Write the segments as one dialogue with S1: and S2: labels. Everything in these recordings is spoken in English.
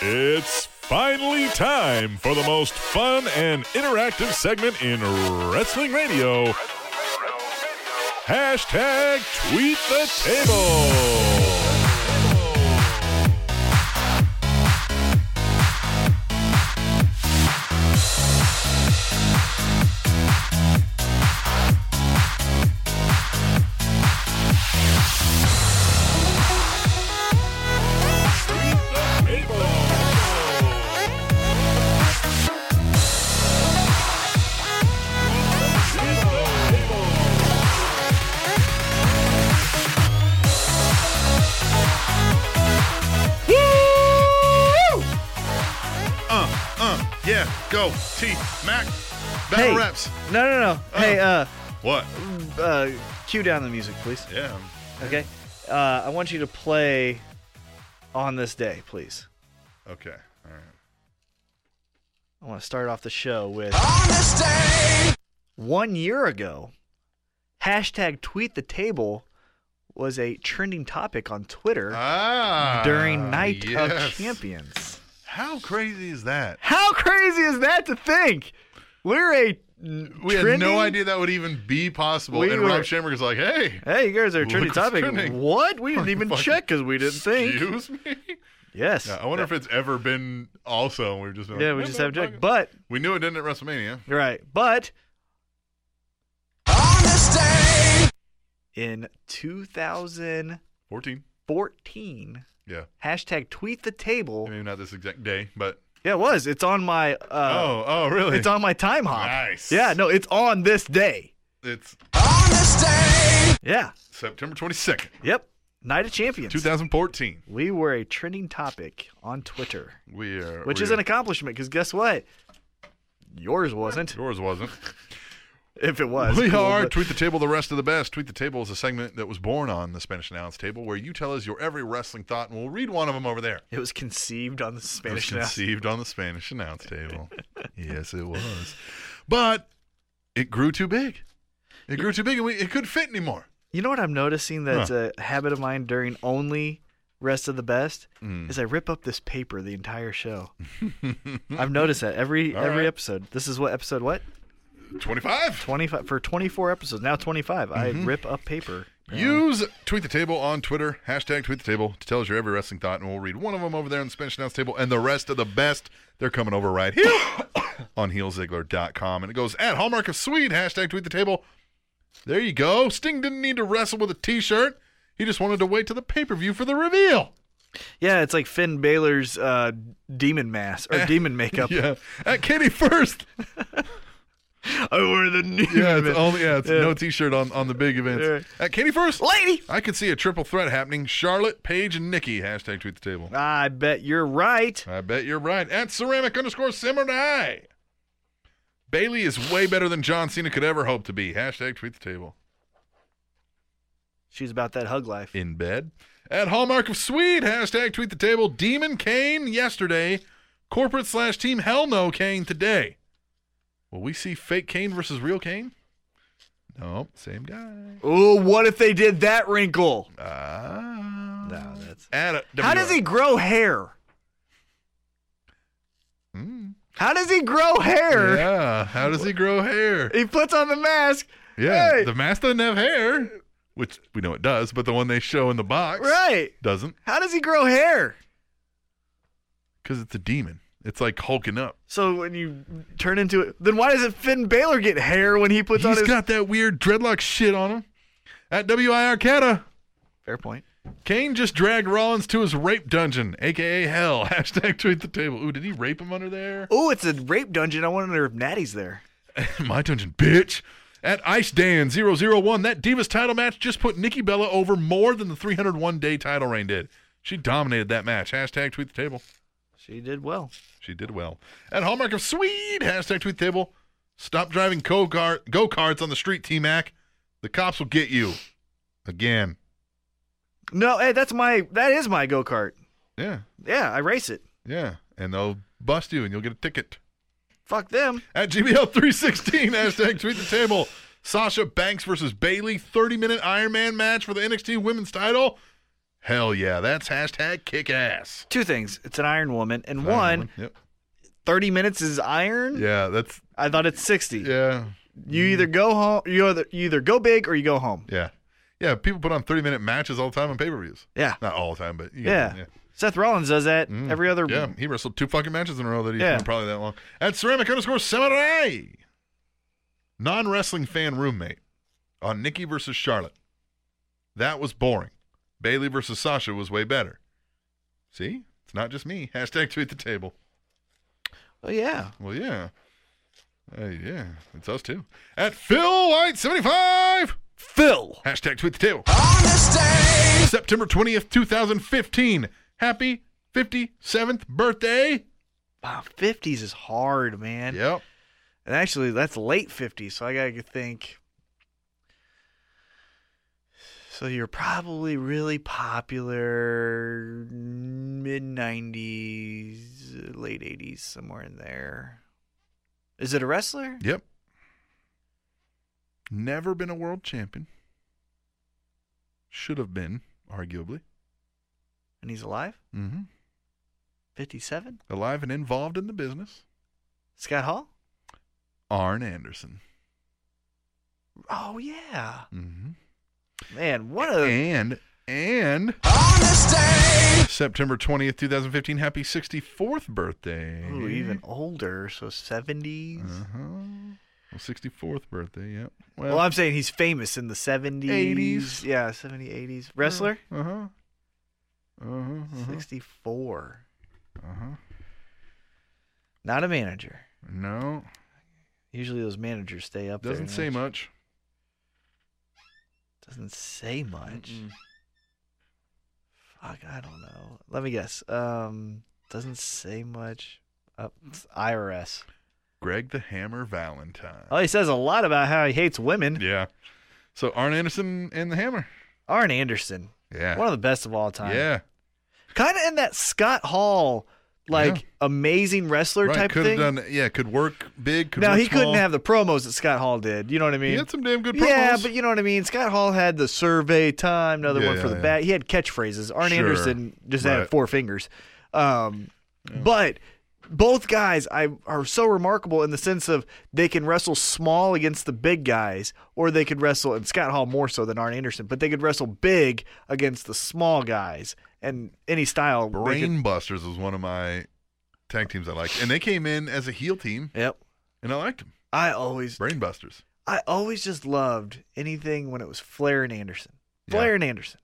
S1: It's finally time for the most fun and interactive segment in wrestling radio. Hashtag tweet the table.
S2: Uh, uh, yeah, go. T Mac. Battle Oh.
S3: Hey.
S2: reps.
S3: No, no, no. Hey, uh,
S2: What?
S3: uh, cue down the music, please.
S2: Yeah.
S3: Okay. Uh, I want you to play on this day, please.
S2: Okay. All right.
S3: I want to start off the show with one year ago. Hashtag tweet the table was a trending topic on Twitter
S2: Ah.
S3: during Night
S2: yes.
S3: of Champions.
S2: How crazy is that?
S3: How crazy is that to think? We're a
S2: We had no idea that would even be possible.
S3: We
S2: and
S3: were-
S2: Rob Schamberger's like, hey,
S3: Hey, you guys are a trending
S2: Look what's
S3: topic.
S2: trending.
S3: What? We didn't even
S2: Fucking
S3: check because we didn't think.
S2: excuse me.
S3: Yes.
S2: Yeah, I wonder if it's ever been also. and We've just been
S3: Yeah,
S2: like,
S3: we
S2: "Hey,
S3: just haven't checked.
S2: motherfucker."
S3: But
S2: we knew it didn't at WrestleMania.
S3: you're right. But in 2014,
S2: 14. Yeah.
S3: hashtag tweet the table.
S2: Maybe not this exact day, but
S3: Yeah, it was. It's on my. Uh,
S2: oh, oh, really?
S3: It's on my time hop.
S2: Nice.
S3: Yeah. No, it's on this day.
S2: It's
S3: Yeah.
S2: September 22nd,
S3: Yep. Night of Champions.
S2: 2014.
S3: We were a trending topic on Twitter,
S2: We are.
S3: which
S2: we
S3: is
S2: are-
S3: an accomplishment because guess what? Yours wasn't.
S2: Yours wasn't.
S3: If it was,
S2: we
S3: cool,
S2: are
S3: but-
S2: Tweet the Table, the rest of the best. Tweet the Table is a segment that was born on the Spanish Announce Table where you tell us your every wrestling thought, and we'll read one of them over there.
S3: It was conceived on the
S2: It was
S3: Spanish. now.
S2: conceived on the Spanish Announce Table. yes, it was. But it grew too big. It grew too big, and we, it couldn't fit anymore.
S3: You know what I'm noticing that's a habit of mine during only rest of the best
S2: Mm.
S3: is I rip up this paper the entire show. I've noticed that every
S2: All
S3: every
S2: right.
S3: episode. This is what episode what
S2: 25.
S3: 25 for 24 episodes now 25.
S2: Mm-hmm.
S3: I rip up paper.
S2: Use Tweet the Table on Twitter, hashtag Tweet the Table, to tell us your every wrestling thought, and we'll read one of them over there on the Spanish Announce Table, and the rest of the best, they're coming over right here on heelzigler.com. And it goes at Hallmark of Swede, hashtag Tweet the Table. There you go. Sting didn't need to wrestle with a t shirt, he just wanted to wait till the pay per view for the reveal.
S3: Yeah, it's like Finn Balor's uh, demon mask or demon makeup.
S2: Yeah. At Katie First.
S3: I wear the new
S2: Yeah, it's only, yeah, it's no t shirt on, on the big events. At Katie First.
S3: lady.
S2: I could see a triple threat happening Charlotte, Paige, and Nikki, hashtag Tweet the Table.
S3: Ah, I bet you're right.
S2: I bet you're right. At ceramic underscore samurai. Bailey is way better than John Cena could ever hope to be. Hashtag tweet the table.
S3: She's about that hug life.
S2: In bed. At Hallmark of Swede. Hashtag tweet the table. Demon Kane yesterday. Corporate slash team Hell No Kane today. Will we see fake Kane versus real Kane? No, same guy.
S3: Oh, what if they did that wrinkle?
S2: Ah.
S3: No, that's
S2: At a-
S3: How does he grow hair?
S2: Mm.
S3: How does he grow hair?
S2: Yeah. How does he grow hair?
S3: He puts on the mask.
S2: Yeah,
S3: Hey.
S2: the mask doesn't have hair, which we know it does, but the one they show in the box
S3: Right.
S2: doesn't
S3: How does he grow hair?
S2: because it's a demon. It's like hulking up.
S3: So when you turn into it, then why doesn't Finn Balor get hair when he puts
S2: He's
S3: on his
S2: got that weird dreadlock shit on him. At WIR Cata,
S3: fair point?
S2: Kane just dragged Rollins to his rape dungeon, aka hell. Hashtag tweet the table. Ooh, did he rape him under there?
S3: Oh, it's a rape dungeon. I wonder if Natty's there.
S2: My dungeon, bitch. At Ice Dan 001, that Divas title match just put Nikki Bella over more than the 301 day title reign did. She dominated that match. Hashtag tweet the table.
S3: She did well.
S2: She did well. At Hallmark of Swede, hashtag tweet table. Stop driving go karts on the street, T Mac. The cops will get you. Again.
S3: No, hey, that's my that is my go kart.
S2: Yeah.
S3: Yeah, I race it.
S2: Yeah. And they'll bust you and you'll get a ticket.
S3: Fuck them.
S2: At GBL316, hashtag tweet the table. Sasha Banks versus Bailey, 30 minute Iron Man match for the NXT women's title. Hell yeah, that's hashtag kick ass.
S3: Two things. It's an Iron Woman, and
S2: Iron
S3: one,
S2: Woman. Yep.
S3: 30 minutes is Iron.
S2: Yeah, that's
S3: I thought it's 60.
S2: yeah,
S3: You either go home, you either, you either go big or you go home.
S2: yeah, yeah. People put on thirty minute matches all the time on pay per views.
S3: Yeah.
S2: Not all the time, but you
S3: Yeah.
S2: get- yeah.
S3: Seth Rollins does that every other.
S2: Mm. Yeah, he wrestled two fucking matches in a row that he's
S3: Yeah.
S2: been probably that long. At ceramic underscore samurai, non wrestling fan roommate on Nikki versus Charlotte. That was boring. Bailey versus Sasha was way better. See, it's not just me. Hashtag tweet the table.
S3: Oh yeah.
S2: Well, yeah, Uh, yeah, it's us too. At Phil White seventy five.
S3: Phil.
S2: Hashtag tweet the table. September 20th, 2015. Happy 57th birthday.
S3: Wow, 50s is hard, man.
S2: Yep.
S3: And actually, that's late 50s, so I gotta think. So you're probably really popular mid 90s, late 80s, somewhere in there. Is it a wrestler?
S2: Yep. Never been a world champion. Should have been, arguably.
S3: And he's alive?
S2: Mm-hmm.
S3: 57?
S2: Alive and involved in the business.
S3: Scott Hall?
S2: Arn Anderson.
S3: Oh, yeah.
S2: Mm-hmm.
S3: Man, one of the.
S2: And, and. September 20th, 2015. Happy 64th birthday.
S3: Ooh, even older, so 70s.
S2: Mm-hmm. Uh-huh. Well, 64th birthday, yep.
S3: Well, I'm saying he's famous in the 70s.
S2: 80s.
S3: Yeah, 70s, 80s. Wrestler?
S2: Uh huh. Uh huh.
S3: 64.
S2: Uh huh.
S3: Not a manager.
S2: No,
S3: Usually those managers stay up there.
S2: doesn't say
S3: much.
S2: much.
S3: Doesn't say much. Fuck, I don't know. Let me guess. Um, doesn't say much. Uh,
S2: Mm.
S3: it's IRS.
S2: Greg the Hammer Valentine.
S3: Oh, he says a lot about how he hates women.
S2: Yeah. So Arn Anderson and the Hammer.
S3: Arn Anderson,
S2: Yeah.
S3: one of the best of all time.
S2: yeah.
S3: Kind of in that Scott Hall, like
S2: Yeah.
S3: amazing wrestler
S2: Right.
S3: type
S2: Could
S3: thing.
S2: have done. Yeah. Could work big. Could
S3: now
S2: work
S3: he couldn't
S2: small.
S3: have the promos that Scott Hall did. You know what I mean?
S2: He had some damn good promos.
S3: Yeah, but you know what I mean. Scott Hall had the survey time, another
S2: Yeah,
S3: one for
S2: yeah,
S3: the
S2: yeah.
S3: bat. He had catchphrases. Arn
S2: Sure.
S3: Anderson just had
S2: Right.
S3: four fingers. Um, But both guys I, are so remarkable in the sense of they can wrestle small against the big guys, or they could wrestle, and Scott Hall more so than Arn Anderson, but they could wrestle big against the small guys and any style. they
S2: Brain Busters was one of my tag teams I liked, and they came in as a heel team,
S3: could- yep.
S2: and I liked them.
S3: I always,
S2: Brain Busters.
S3: I always just loved anything when it was Flair and Anderson.
S2: Yeah.
S3: Flair and Anderson.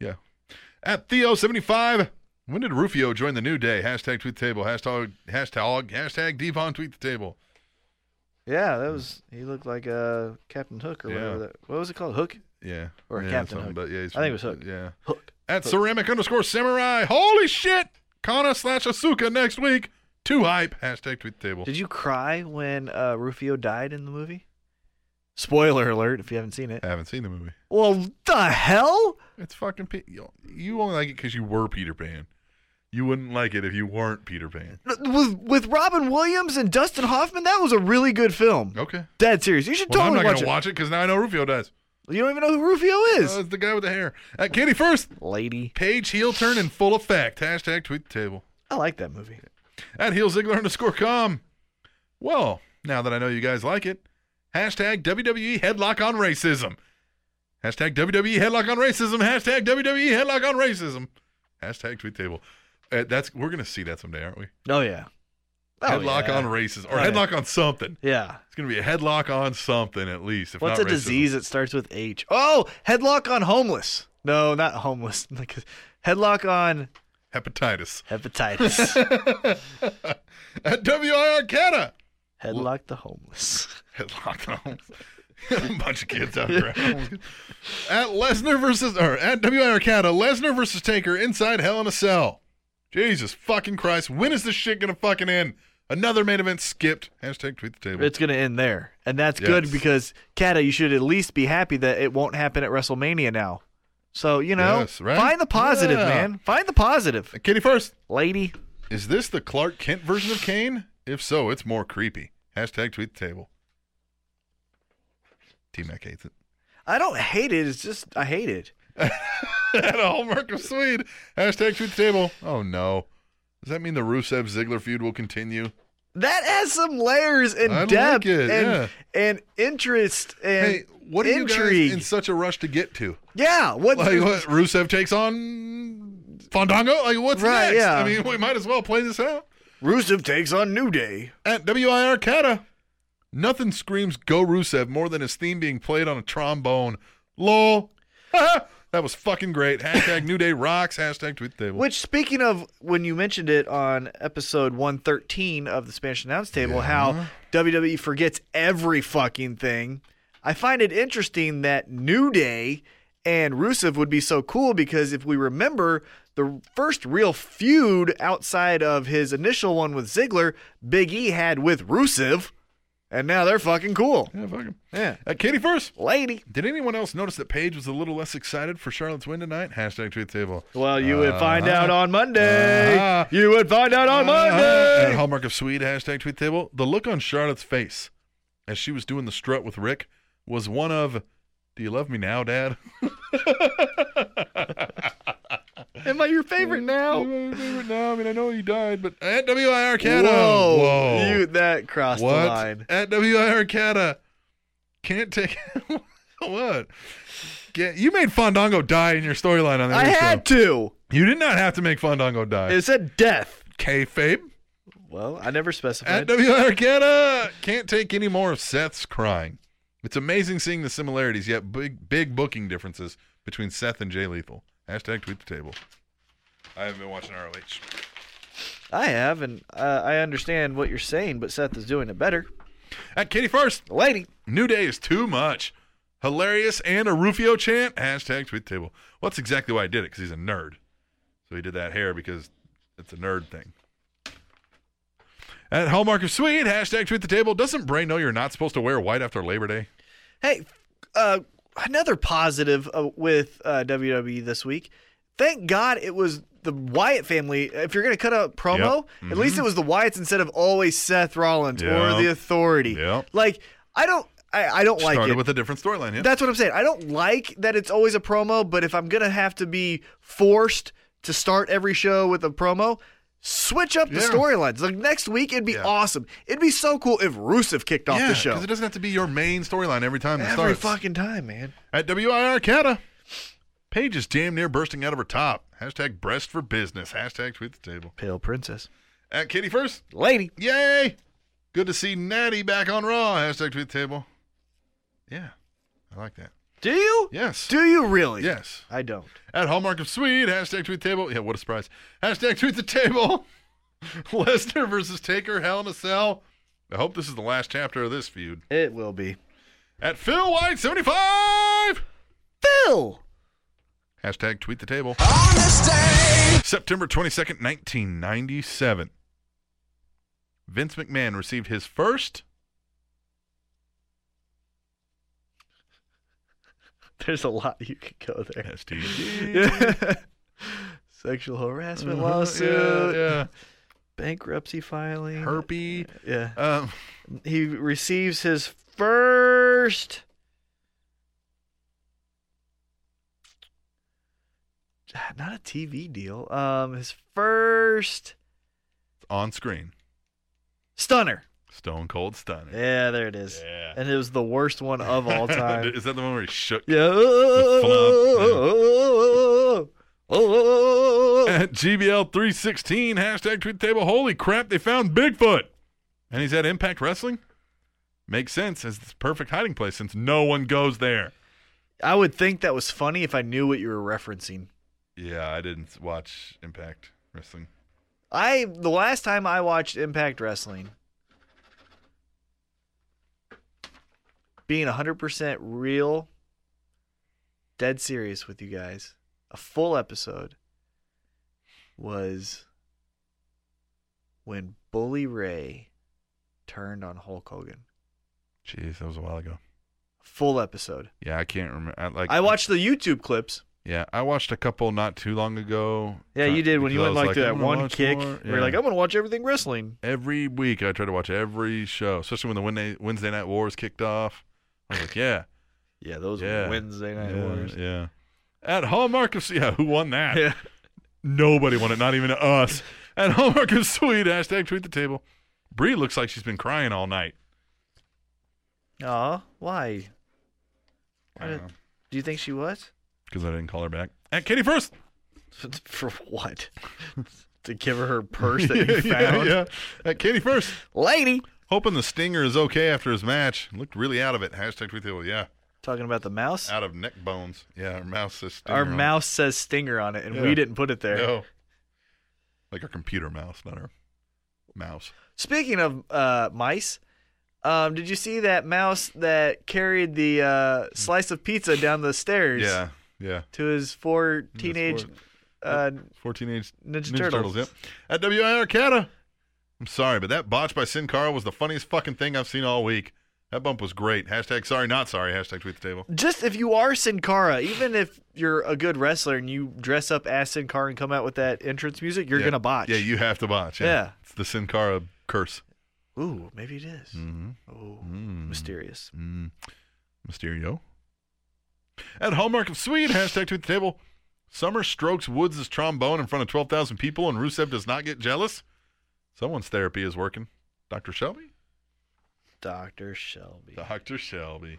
S2: Yeah. At Theo75. When did Rufio join the new day? Hashtag tweet the table. Hashtag hashtag hashtag Devon tweet the table.
S3: Yeah, that was. He looked like uh, Captain Hook or
S2: Yeah.
S3: whatever. That, what was it called? Hook.
S2: Yeah.
S3: Or
S2: yeah,
S3: Captain
S2: something,
S3: Hook.
S2: But yeah, he's
S3: I think it was Hook.
S2: Yeah.
S3: Hook.
S2: At ceramic underscore samurai. Holy shit! Kana slash Asuka next week. Too hype. Hashtag tweet the table.
S3: Did you cry when uh, Rufio died in the movie? Spoiler alert! If you haven't seen it.
S2: I haven't seen the movie.
S3: Well, the hell!
S2: It's fucking. Pe- you- you only like it because you were Peter Pan. You wouldn't like it if you weren't Peter Pan.
S3: With with Robin Williams and Dustin Hoffman, that was a really good film.
S2: Okay.
S3: Dead serious. You should
S2: Well, I'm
S3: totally
S2: not
S3: watch
S2: gonna
S3: it.
S2: watch it because now I know Rufio does.
S3: You don't even know who Rufio is.
S2: Uh, it's the guy with the hair. At Katie first.
S3: Lady,
S2: Page heel turn in full effect. Hashtag tweet the table.
S3: I like that movie.
S2: At heel Ziggler underscore com. Well, now that I know you guys like it, hashtag WWE headlock on racism. Hashtag WWE headlock on racism. Hashtag WWE headlock on racism. Hashtag tweet table. Uh, that's we're gonna see that someday, aren't we?
S3: Oh yeah. Oh,
S2: headlock
S3: yeah.
S2: on racism or
S3: Oh, yeah.
S2: headlock on something.
S3: Yeah.
S2: It's gonna be a headlock on something at least. If
S3: What's a
S2: not racism.
S3: disease that starts with H? Oh, headlock on homeless. No, not homeless. Like, headlock on
S2: Hepatitis.
S3: hepatitis.
S2: At WIR Canada.
S3: headlock the homeless.
S2: Headlock homes. a bunch of kids out there. at Lesnar versus or at WI Arcata, Lesnar versus Taker inside Hell in a Cell. Jesus fucking Christ! When is this shit gonna fucking end? Another main event skipped. Hashtag tweet the table.
S3: It's gonna end there, and that's good
S2: Yes.
S3: because Kata, you should at least be happy that it won't happen at WrestleMania now. So you know,
S2: Yes, right?
S3: find the positive,
S2: Yeah.
S3: man. Find the positive,
S2: Kitty first.
S3: lady.
S2: Is this the Clark Kent version of Kane? If so, it's more creepy. Hashtag tweet the table. T Mac hates it.
S3: I don't hate it. It's just I hate it.
S2: at a hallmark of Swede. Hashtag tweet the table. Oh no. Does that mean the Rusev Ziggler feud will continue?
S3: That has some layers and
S2: I like
S3: depth
S2: it,
S3: and,
S2: yeah.
S3: and interest and
S2: Hey, what are you
S3: intrigue.
S2: guys in such a rush to get to?
S3: yeah, what,
S2: Like what Rusev takes on Fandango? Like what's
S3: Right,
S2: next?
S3: yeah.
S2: I mean, we might as well play this out.
S3: Rusev takes on New Day.
S2: At WIR Cata. Nothing screams go Rusev more than his theme being played on a trombone. Lol. that was fucking great. Hashtag New Day Rocks. Hashtag tweet the table.
S3: Which, speaking of, when you mentioned it on episode 113 of the Spanish Announce Table, how WWE forgets every fucking thing, I find it interesting that New Day and Rusev would be so cool because if we remember, the first real feud outside of his initial one with Ziggler, Big E had with Rusev, and now they're fucking cool.
S2: Yeah, fuck him.
S3: Yeah.
S2: Uh, Katie first.
S3: Lady.
S2: Did anyone else notice that Paige was a little less excited for Charlotte's win tonight? Hashtag tweet the table.
S3: Well, you would find
S2: Uh-huh.
S3: out on Monday.
S2: Uh-huh.
S3: You would find out on
S2: At
S3: Monday.
S2: Hallmark of Swede, hashtag tweet the table. The look on Charlotte's face as she was doing the strut with Rick was one of, Do you love me now, Dad?
S3: Am I your
S2: Mm.
S3: favorite now?
S2: no, I mean, I know you died, but at WIR Cata.
S3: Whoa,
S2: Whoa.
S3: You that crossed
S2: what?
S3: the line.
S2: At WIR Cata. Can't take. what? Get, you made Fandango die in your storyline on the
S3: I
S2: other show.
S3: had to.
S2: You did not have to make Fandango die.
S3: It said death.
S2: kayfabe
S3: Well, I never
S2: at
S3: specified.
S2: W Arcana. Can't take any more of Seth's crying. It's amazing seeing the similarities, yet big big booking differences between Seth and Jay Lethal. Hashtag tweet the table. I haven't been watching ROH.
S3: I have, and uh, I understand what you're saying, but Seth is doing it better.
S2: At Katie First,
S3: Lady,
S2: New Day is too much. Hilarious and a Rufio chant. Hashtag tweet the table. Well, that's exactly why I did it, because he's a nerd. So he did that hair because it's a nerd thing. At Hallmark of Swede, hashtag tweet the table. Doesn't Bray know you're not supposed to wear white after Labor Day?
S3: hey, uh, another positive uh, with uh, WWE this week. Thank God it was the Wyatt family. If you're going to cut a promo, at least
S2: Mm-hmm.
S3: it was the Wyatts instead of always Seth Rollins
S2: Yeah.
S3: or the Authority.
S2: Yeah.
S3: Like I don't, I, I don't like
S2: started
S3: it.
S2: with a different storyline. Yeah.
S3: That's what I'm saying. I don't like that it's always a promo, but if I'm gonna have to be forced to start every show with a promo, switch up the
S2: Yeah.
S3: storylines. Like next week, it'd be
S2: Yeah.
S3: awesome. It'd be so cool if Rusev kicked off
S2: yeah,
S3: the show
S2: because it doesn't have to be your main storyline every time it
S3: every
S2: starts.
S3: fucking time, man.
S2: At WIR Cata, Paige is damn near bursting out of her top. Hashtag breast for business. Hashtag tweet the table.
S3: Pale Princess,
S2: At Kitty first,
S3: lady,
S2: yay! Good to see Natty back on Raw. Hashtag tweet the table. Yeah, I like that.
S3: do you?
S2: Yes.
S3: Do you really?
S2: Yes.
S3: I don't.
S2: At Hallmark of Swede, hashtag tweet the table. Yeah, what a surprise. Hashtag tweet the table. Lesnar versus Taker, Hell in a Cell. I hope this is the last chapter of this feud.
S3: It will be
S2: At Phil White 75.
S3: Phil.
S2: Hashtag tweet the table. September 22nd, 1997. Vince McMahon received his first.
S3: There's a lot you could go there.
S2: STD.
S3: Sexual harassment
S2: Uh-huh,
S3: lawsuit,
S2: Yeah,
S3: bankruptcy filing.
S2: yeah. Herpy.
S3: Yeah.
S2: Um,
S3: he receives his first not a TV deal. Um his first
S2: on screen.
S3: stunner.
S2: Stone Cold Stunner.
S3: Yeah, there it is.
S2: Yeah.
S3: And it was the worst one of all time.
S2: Is that the one where he shook?
S3: yeah.
S2: At GBL 316, hashtag tweet the table. Holy crap, they found Bigfoot. And he's at Impact Wrestling? Makes sense as the perfect hiding place since no one goes there.
S3: I would think that was funny if I knew what you were referencing.
S2: Yeah, I didn't watch Impact Wrestling.
S3: I the last time I watched Impact Wrestling, being hundred percent real, dead serious with you guys, a full episode was when Bully Ray turned on Hulk Hogan.
S2: Jeez, that was a while ago.
S3: Full episode.
S2: Yeah, I can't remember. I, like
S3: I watched the YouTube clips.
S2: Yeah, I watched a couple not too long ago.
S3: Yeah,
S2: Try-
S3: you did when you
S2: because
S3: went
S2: I was
S3: like to that
S2: I'm gonna
S3: one
S2: watch
S3: kick.
S2: more.
S3: Where you're
S2: Yeah.
S3: like, "Oh." I'm gonna watch everything wrestling.
S2: every week I try to watch every show, especially when the Wednesday, Wednesday Night Wars kicked off. I was like, yeah,
S3: Yeah, those
S2: Yeah.
S3: Wednesday night
S2: yeah,
S3: wars.
S2: yeah. at Hallmark of yeah, who won that?
S3: Yeah.
S2: Nobody won it, not even us. At Hallmark of Sweet, hashtag tweet the table. Bree looks like she's been crying all night.
S3: Aw, why?
S2: I don't know.
S3: Do you think she was?
S2: Because I didn't call her back. At Katie first.
S3: For what? to give her her purse that you
S2: yeah,
S3: found?
S2: yeah. At Katie first.
S3: Lady!
S2: Hoping the stinger is okay after his match. Looked really out of it. Hashtag tweet the table. Yeah.
S3: Talking about the mouse?
S2: Out of neck bones. Yeah, our mouse says stinger
S3: Our
S2: on it.
S3: mouse says stinger on it, and
S2: Yeah.
S3: we didn't put it there.
S2: No. Like our computer mouse, not our mouse.
S3: Speaking of uh, mice, um, did you see that mouse that carried the uh, slice of pizza down the stairs
S2: Yeah. Yeah.
S3: to his four teenage
S2: four-
S3: uh,
S2: Four teenage
S3: Ninja,
S2: Ninja Turtles. yep. At WIR Cata. I'm sorry, but that botch by Sin Cara was the funniest fucking thing I've seen all week. That bump was great. Hashtag sorry, not sorry. Hashtag tweet the table.
S3: Just if you are Sin Cara, even if you're a good wrestler and you dress up as Sin Cara and come out with that entrance music, you're
S2: Yeah.
S3: gonna botch.
S2: Yeah, you have to botch. Yeah.
S3: Yeah.
S2: It's the Sin Cara curse.
S3: Ooh, maybe it is.
S2: Mm-hmm.
S3: Oh,
S2: Mm.
S3: mysterious.
S2: Mm. Mysterio. At Hallmark of Sweden, hashtag tweet the table. Summer strokes Woods' trombone in front of 12,000 people, and Rusev does not get jealous. Someone's therapy is working. Dr. Shelby?
S3: Doctor Shelby,
S2: Dr. Shelby.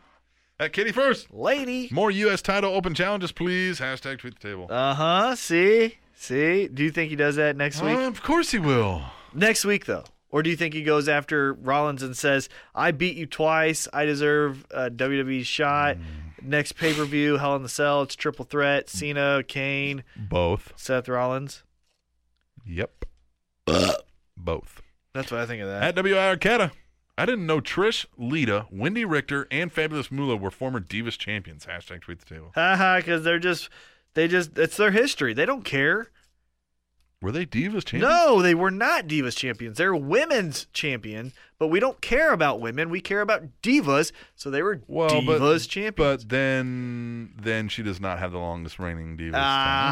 S2: At Kitty First.
S3: lady.
S2: More U.S. title open challenges, please. Hashtag tweet the table.
S3: Uh huh. See, see. Do you think he does that next week?
S2: Uh, of course he will.
S3: Next week, though. Or do you think he goes after Rollins and says, I beat you twice. I deserve a WWE shot.
S2: Mm.
S3: Next pay per view, Hell in the Cell. It's triple threat Cena, Kane,
S2: Both.
S3: Seth Rollins.
S2: Yep. Both.
S3: That's what I think of that.
S2: At W.I. Arcata. I didn't know Trish, Lita, Wendy Richter, and Fabulous Moolah were former Divas champions. Hashtag tweet the table.
S3: Haha, because they're just, they just, it's their history. They don't care.
S2: Were they Divas champions?
S3: No, they were not Divas champions. They're women's champion, but we don't care about women. We care about Divas. So they were
S2: Well, but-
S3: Divas champions.
S2: But then, then she does not have the longest reigning Divas.
S3: Ah.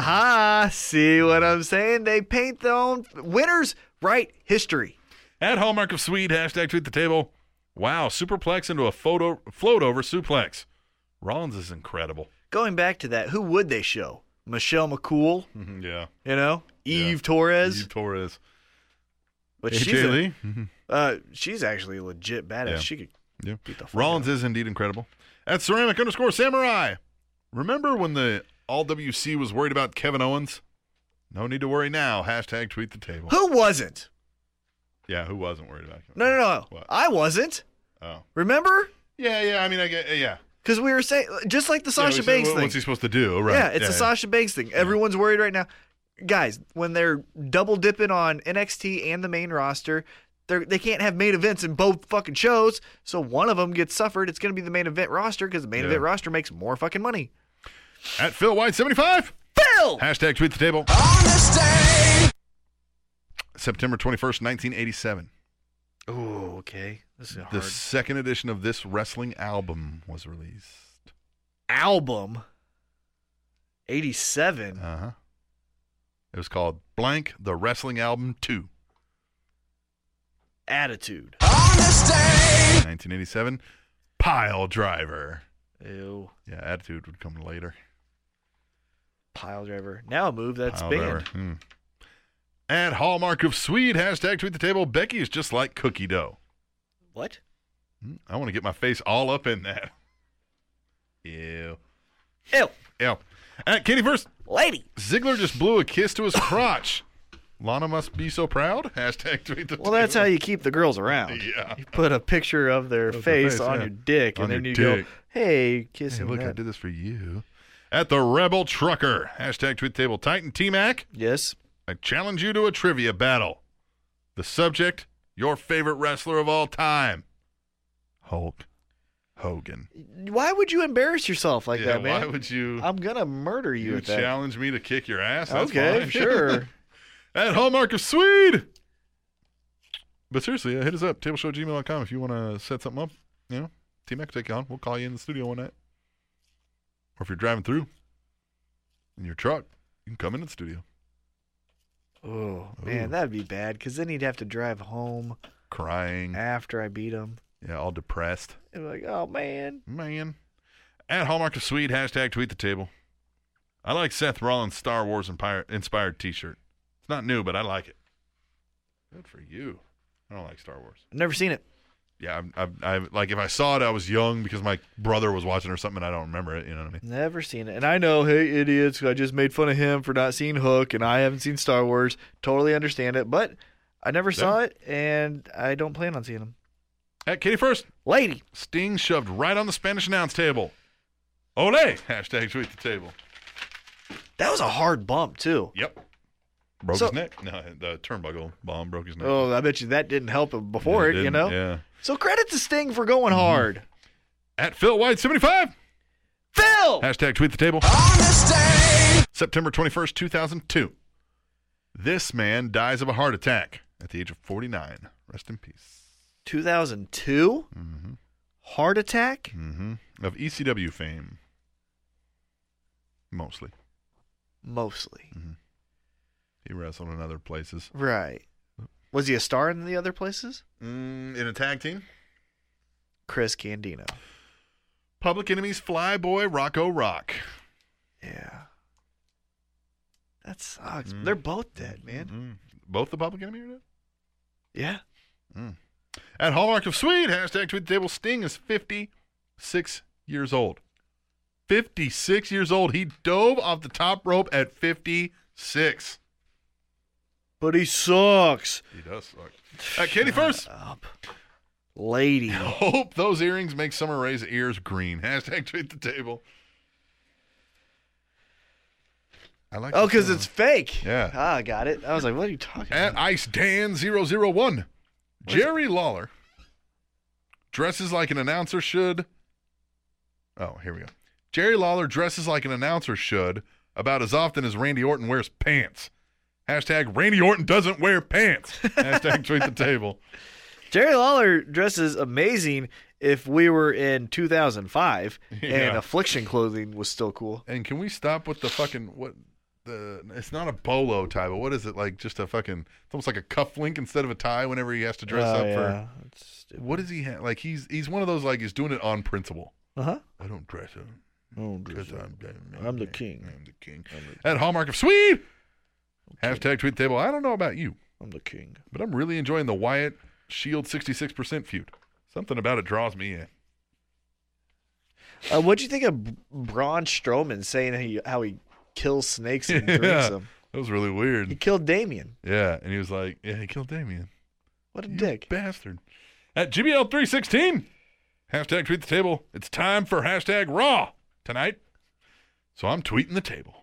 S2: title.
S3: Aha, see what I'm saying? They paint their own winners write history.
S2: At Hallmark of Swede, hashtag tweet the table. Wow, superplex into a photo float over suplex. Rollins is incredible.
S3: Going back to that, who would they show? Michelle McCool,
S2: yeah.
S3: you know,
S2: Yeah.
S3: Eve Torres,
S2: Eve Torres.
S3: but
S2: AJ
S3: she's a-
S2: Lee.
S3: uh, she's actually a legit badass.
S2: Yeah.
S3: She could
S2: Yeah.
S3: beat the fuck
S2: Rollins
S3: out
S2: is indeed incredible. At ceramic underscore samurai. Remember when the all WC was worried about Kevin Owens? No need to worry now. Hashtag tweet the table.
S3: of her. Who wasn't?
S2: Yeah, who wasn't worried about Kevin?
S3: No, no, no.
S2: What?
S3: I wasn't.
S2: Oh.
S3: Remember?
S2: Yeah, yeah. I mean, I get, yeah.
S3: Because we were saying just like the
S2: Yeah,
S3: Sasha
S2: we said,
S3: Banks
S2: what-
S3: thing.
S2: What's he supposed to do? Right.
S3: Yeah, it's a Sasha Banks thing. Everyone's worried right now. Guys, when they're double dipping on NXT and the main roster, they're, they can't have main events in both fucking shows. So one of them gets suffered. It's going to be the main event roster because the main
S2: Yeah.
S3: event roster makes more fucking money.
S2: At Phil White seventy five.
S3: Phil!
S2: Hashtag tweet the table. September twenty first, nineteen eighty seven.
S3: Oh, okay. This is hard.
S2: The second edition of this wrestling album was released.
S3: album 87.
S2: Uh huh. It was called Blank the Wrestling Album Two.
S3: Attitude.
S2: 1987, Pile Driver.
S3: Ew.
S2: Yeah, Attitude would come later.
S3: Pile driver. Now a move that's
S2: Pile
S3: banned.
S2: Driver. Hmm. At Hallmark of Swede, hashtag tweet the table. Becky is just like cookie dough.
S3: What?
S2: Hmm, I want to get my face all up in that. Ew.
S3: Ew.
S2: Ew. At Kitty first,
S3: Lady.
S2: Ziggler just blew a kiss to his crotch. Lana must be so proud. Hashtag tweet the
S3: Well, that's how
S2: table.
S3: you keep the girls around.
S2: Yeah.
S3: You put a picture of their
S2: Of the
S3: face,
S2: face,
S3: on
S2: yeah.
S3: your dick,
S2: On
S3: and then
S2: your
S3: you
S2: dick.
S3: go, "Hey, kissing
S2: Hey, look, I
S3: that."
S2: did this for you. At the Rebel Trucker, hashtag tweet the table. Titan T Mac.
S3: Yes.
S2: I challenge you to a trivia battle. The subject, your favorite wrestler of all time. Hulk Hogan.
S3: Why would you embarrass yourself like
S2: yeah,
S3: that, man?
S2: why would you
S3: I'm gonna murder you,
S2: you
S3: at that.
S2: challenge me to kick your ass? That's
S3: okay,
S2: fine.
S3: sure.
S2: At Hallmark of Swede. But seriously, uh, hit us up, tableshowgmail.com if you want to set something up. You know, T Mac take you on. We'll call you in the studio one night. Or if you're driving through in your truck, you can come in the studio.
S3: Oh
S2: Ooh.
S3: man, that'd be bad because then he'd have to drive home
S2: Crying.
S3: after I beat him.
S2: Yeah, all depressed.
S3: And be like, oh man,
S2: Man. At Hallmark of Swede, hashtag tweet the table. I like Seth Rollins' Star Wars empire- inspired t shirt. It's not new, but I like it. Good for you. I don't like Star Wars.
S3: Never seen it.
S2: Yeah, I, I, I like if I saw it, I was young because my brother was watching or something, and I don't remember it. You know what I mean?
S3: Never seen it. And I know, hey, idiots, I just made fun of him for not seeing Hook, and I haven't seen Star Wars. Totally understand it, but I never saw it, and I don't plan on seeing them.
S2: At Katie first,
S3: Lady.
S2: Sting shoved right on the Spanish announce table. Ole! Hashtag tweet the table.
S3: That was a hard bump, too.
S2: Yep. Broke
S3: So-
S2: his neck. No, the turnbuckle bomb broke his neck.
S3: Oh, I bet you that didn't help him before
S2: Yeah,
S3: it, you
S2: didn't-
S3: know?
S2: Yeah. Mm-hmm.
S3: So credit to Sting for going hard.
S2: At Phil White seventy five.
S3: Phil!
S2: Hashtag tweet the table. September twenty first, two thousand two. This man dies of a heart attack at the age of forty nine. Rest in peace. Mm-hmm.
S3: 2002? Heart attack?
S2: hmm Of ECW fame, mostly.
S3: Mostly.
S2: Mm-hmm. He wrestled in other places.
S3: Right. Was he a star in the other places?
S2: Mm, in a tag team.
S3: Chris Candino.
S2: Public Enemies, Flyboy, Rocco Rock.
S3: Yeah. That sucks.
S2: Mm-hmm.
S3: They're both dead, man.
S2: Mm. Both the Public Enemy are dead?
S3: Yeah.
S2: At Hallmark of Swede, hashtag tweet the table. Sting is 56 years old. 56 years old. He dove off the top rope at 56.
S3: But he sucks.
S2: He does suck. At Katie first.
S3: Up. Lady.
S2: Hope those earrings make Summer Rae's ears green. Hashtag tweet the table. I like
S3: Oh,
S2: this
S3: because
S2: one.
S3: it's fake.
S2: Yeah.
S3: Ah, I got it. I was like, what are you talking
S2: At
S3: about?
S2: Ice Dan 001, Jerry Lawler dresses like an announcer should. Oh, here we go. Jerry Lawler dresses like an announcer should about as often as Randy Orton wears pants. Hashtag Randy Orton doesn't wear pants. Hashtag tweet the table.
S3: Jerry Lawler dresses amazing if we were in 2005 and
S2: Yeah.
S3: affliction clothing was still cool.
S2: And can we stop with the fucking what the it's not a bolo tie, but what is it like just a fucking it's almost like a cuff link instead of a tie whenever he has to dress
S3: Oh,
S2: up
S3: yeah.
S2: for what does he have like he's he's one of those like he's doing it on principle.
S3: Uh huh.
S2: I don't dress up. Because I'm, I'm,
S3: I'm the king.
S2: I'm the king. At Hallmark of Swede. Hashtag tweet the table. I don't know about you,
S3: I'm the king.
S2: but I'm really enjoying the Wyatt Shield 66% feud. Something about it draws me in.
S3: Uh, what'd you think of B- Braun Strowman saying how he, how he kills snakes and drinks
S2: Yeah,
S3: them?
S2: That was really
S3: He
S2: weird.
S3: killed Damien.
S2: Yeah. And he was like, Yeah, he killed Damien.
S3: What a
S2: You
S3: dick.
S2: bastard. At GBL316. Hashtag tweet the table. It's time for hashtag raw tonight. So I'm tweeting the table.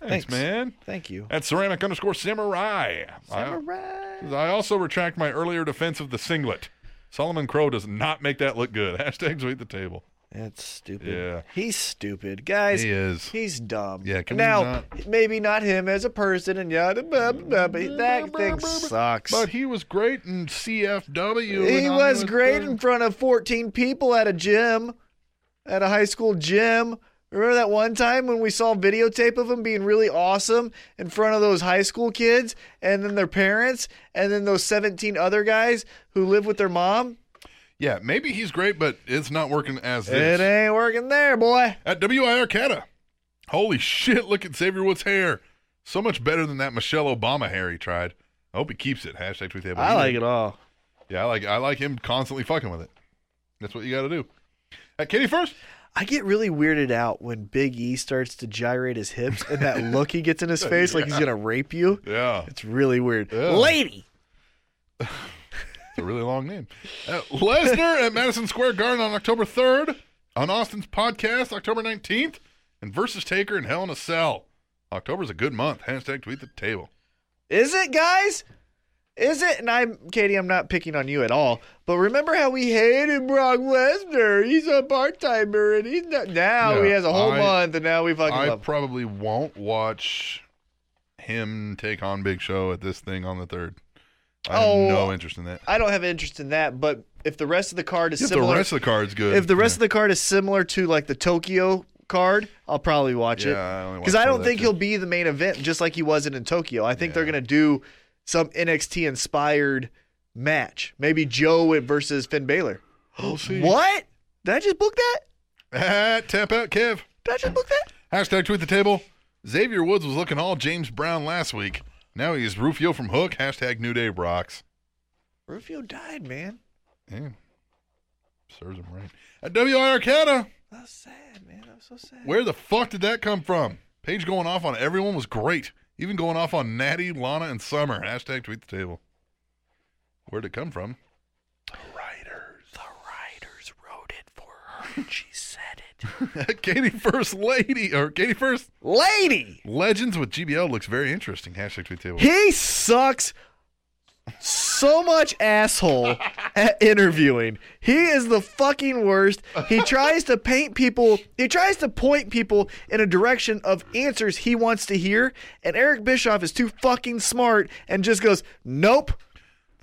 S2: Thanks,
S3: Thanks.
S2: man.
S3: Thank you.
S2: At ceramic underscore samurai. I-
S3: Samurai.
S2: I also retract my earlier defense of the singlet. Solomon Crow does not make that look good. Hashtag tweet the table.
S3: That's stupid.
S2: Yeah.
S3: He's stupid. Guys,
S2: He is.
S3: he's dumb.
S2: Yeah, can we
S3: now,
S2: not-
S3: maybe not him as a person and yada, blah, blah, blah, but that thing sucks.
S2: But he was great in CFW.
S3: He
S2: and
S3: was
S2: on-
S3: great in front of 14 people at a gym, at a high school gym. Remember that one time when we saw videotape of him being really awesome in front of those high school kids and then their parents and then those 17 other guys who live with their mom?
S2: Yeah, maybe he's great, but it's not working as
S3: It
S2: this.
S3: ain't working there, boy.
S2: At WIR Cata. Holy shit, look at Xavier Woods' hair. So much better than that Michelle Obama hair he tried. I hope he keeps it. Hashtag tweet the table.
S3: I like it all.
S2: Yeah, I like I like him constantly fucking with it. That's what you gotta do. At Kitty first.
S3: I get really weirded out when Big E starts to gyrate his hips and that look he gets in his face like he's going to rape you.
S2: Yeah.
S3: It's really weird.
S2: Yeah.
S3: Lady.
S2: It's a really long name. Uh, Lesnar at Madison Square Garden on October 3rd, on Austin's podcast October 19th, and versus Taker and Hell in a Cell. October's a good month. Hashtag tweet the table.
S3: Is it, guys? Is it? And I'm Katie. I'm not picking on you at all. But remember how we hated Brock Lesnar? He's a part timer, and he's not. Now
S2: Yeah,
S3: he has a whole
S2: I-
S3: month, and now we fucking
S2: I
S3: love. him.
S2: probably won't watch him take on Big Show at this thing on the 3rd. I have
S3: Oh.
S2: no interest in that.
S3: I don't have interest in that. But if the rest of the card is
S2: If
S3: similar,
S2: the rest of the card's good.
S3: if the rest of the card is similar to like the Tokyo card, I'll probably watch
S2: Yeah, I
S3: it
S2: only
S3: because
S2: watch
S3: I
S2: some of
S3: don't
S2: that
S3: think
S2: too.
S3: he'll be the main event, just like he wasn't in Tokyo. I think they're
S2: Yeah.
S3: gonna do some NXT inspired match, maybe Joe versus Finn Balor.
S2: We'll see.
S3: What? Did I just book that?
S2: At Tap Out Kev.
S3: Did I just book that?
S2: Hashtag tweet the table. Xavier Woods was looking all James Brown last week. Now he's Rufio from Hook. Hashtag New Day rocks.
S3: Rufio died, man.
S2: Yeah. Serves him right. At WI Arcata,
S3: That's sad, man. That was so sad.
S2: where the fuck did that come from? Paige going off on everyone was great. Even going off on Natty, Lana, and Summer. Hashtag tweet the table. Where'd it come from?
S3: Riders. The riders wrote it for her. and She said it.
S2: Katie First Lady, or Katie First
S3: Lady,
S2: Legends with GBL looks very interesting. Hashtag tweet the table.
S3: he sucks so much asshole at interviewing. He is the fucking worst. He tries to paint people, he tries to point people in a direction of answers he wants to hear, and Eric Bischoff is too fucking smart and just goes, "Nope."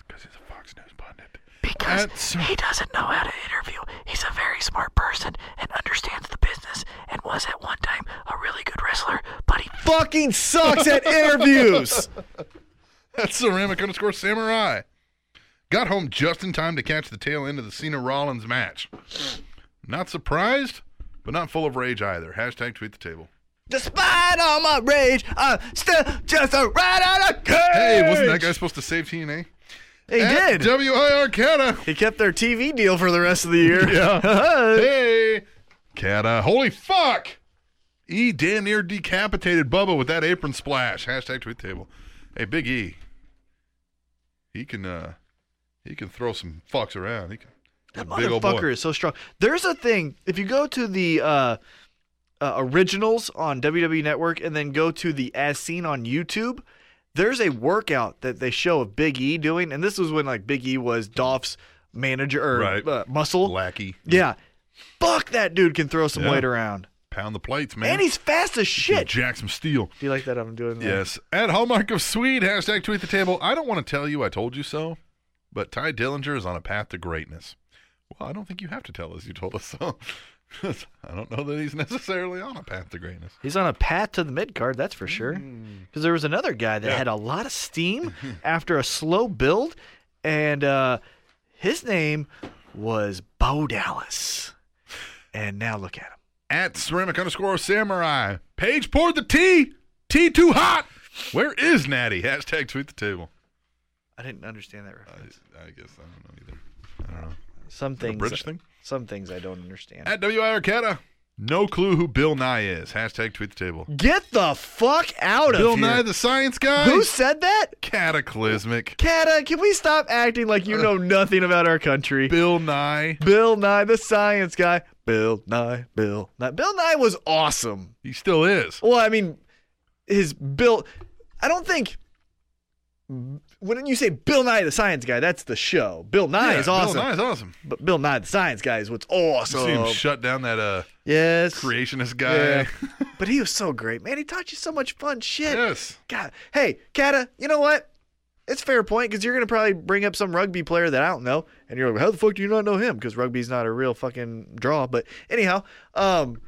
S2: Because he's a Fox News pundit. Because
S4: He doesn't know how to interview. He's a very smart person and understands the business and was at one time a really good wrestler, but he
S3: Fucking sucks at interviews.
S2: That's ceramic underscore samurai. Got home just in time to catch the tail end of the Cena Rollins match. Not surprised, but not full of rage either. Hashtag tweet the table.
S3: Despite all my rage, I'm still just a rat out of cage.
S2: Hey, wasn't that guy supposed to save TNA?
S3: He
S2: At
S3: did.
S2: WIR Cata.
S3: He kept their TV deal for the rest of the year. Yeah.
S2: Hey, Cata. Holy fuck. E damn near decapitated Bubba with that apron splash. Hashtag tweet the table. Hey, Big E. He can uh he can throw some fucks around. He can
S3: that
S2: big old boy.
S3: motherfucker is so strong. There's a thing. If you go to the uh, uh, originals on WWE Network and then go to the as seen on YouTube, there's a workout that they show of Big E doing, and this was when like Big E was Dolph's manager or
S2: Right.
S3: uh, muscle.
S2: Lackey.
S3: Yeah. Fuck that dude can throw some
S2: Yeah.
S3: weight around,
S2: Pound the plates, man.
S3: and he's fast
S2: Can
S3: as shit.
S2: Jack some steel.
S3: Do you like that? I'm doing that?
S2: Yes. At Hallmark of Swede, hashtag tweet the table. I don't want to tell you I told you so, but Ty Dillinger is on a path to greatness. Well, I don't think you have to tell us you told us so. 'Cause I don't know that he's necessarily on a path to greatness.
S3: He's on a path to the mid card, that's for sure.
S2: Mm.
S3: Because there was another guy that had a lot of steam after a slow build, and uh, his name was Bo Dallas. And now look at him.
S2: At ceramic underscore samurai, Paige poured the tea. Tea too hot. Where is Natty? Hashtag tweet the table.
S3: I didn't understand that reference.
S2: I guess I don't know either. I don't know.
S3: Some
S2: The
S3: things,
S2: British thing?
S3: some things I don't understand.
S2: At WI Arcata, no clue who Bill Nye is. Hashtag tweet the table.
S3: Get the fuck out
S2: Bill
S3: of here!
S2: Nye the Science Guy.
S3: Who said that?
S2: cataclysmic?
S3: Kata, can we stop acting like you know nothing about our country?
S2: Bill Nye.
S3: Bill Nye, the science guy. Bill Nye, Bill Nye. Bill Nye was awesome.
S2: He still is.
S3: Well, I mean, his Bill. I don't think. When you say Bill Nye the Science Guy, that's the show. Bill Nye
S2: Yeah,
S3: is awesome,
S2: Bill Nye's awesome.
S3: but Bill Nye the Science Guy is what's
S2: So, See him
S3: awesome.
S2: shut down that uh,
S3: yes,
S2: creationist guy.
S3: Yeah. but he was so great, man. He taught you so much fun shit.
S2: yes.
S3: God, hey, Kata, you know what? It's fair point because you're gonna probably bring up some rugby player that I don't know, and you're like, how the fuck do you not know him? Because rugby's not a real fucking draw. But anyhow, um,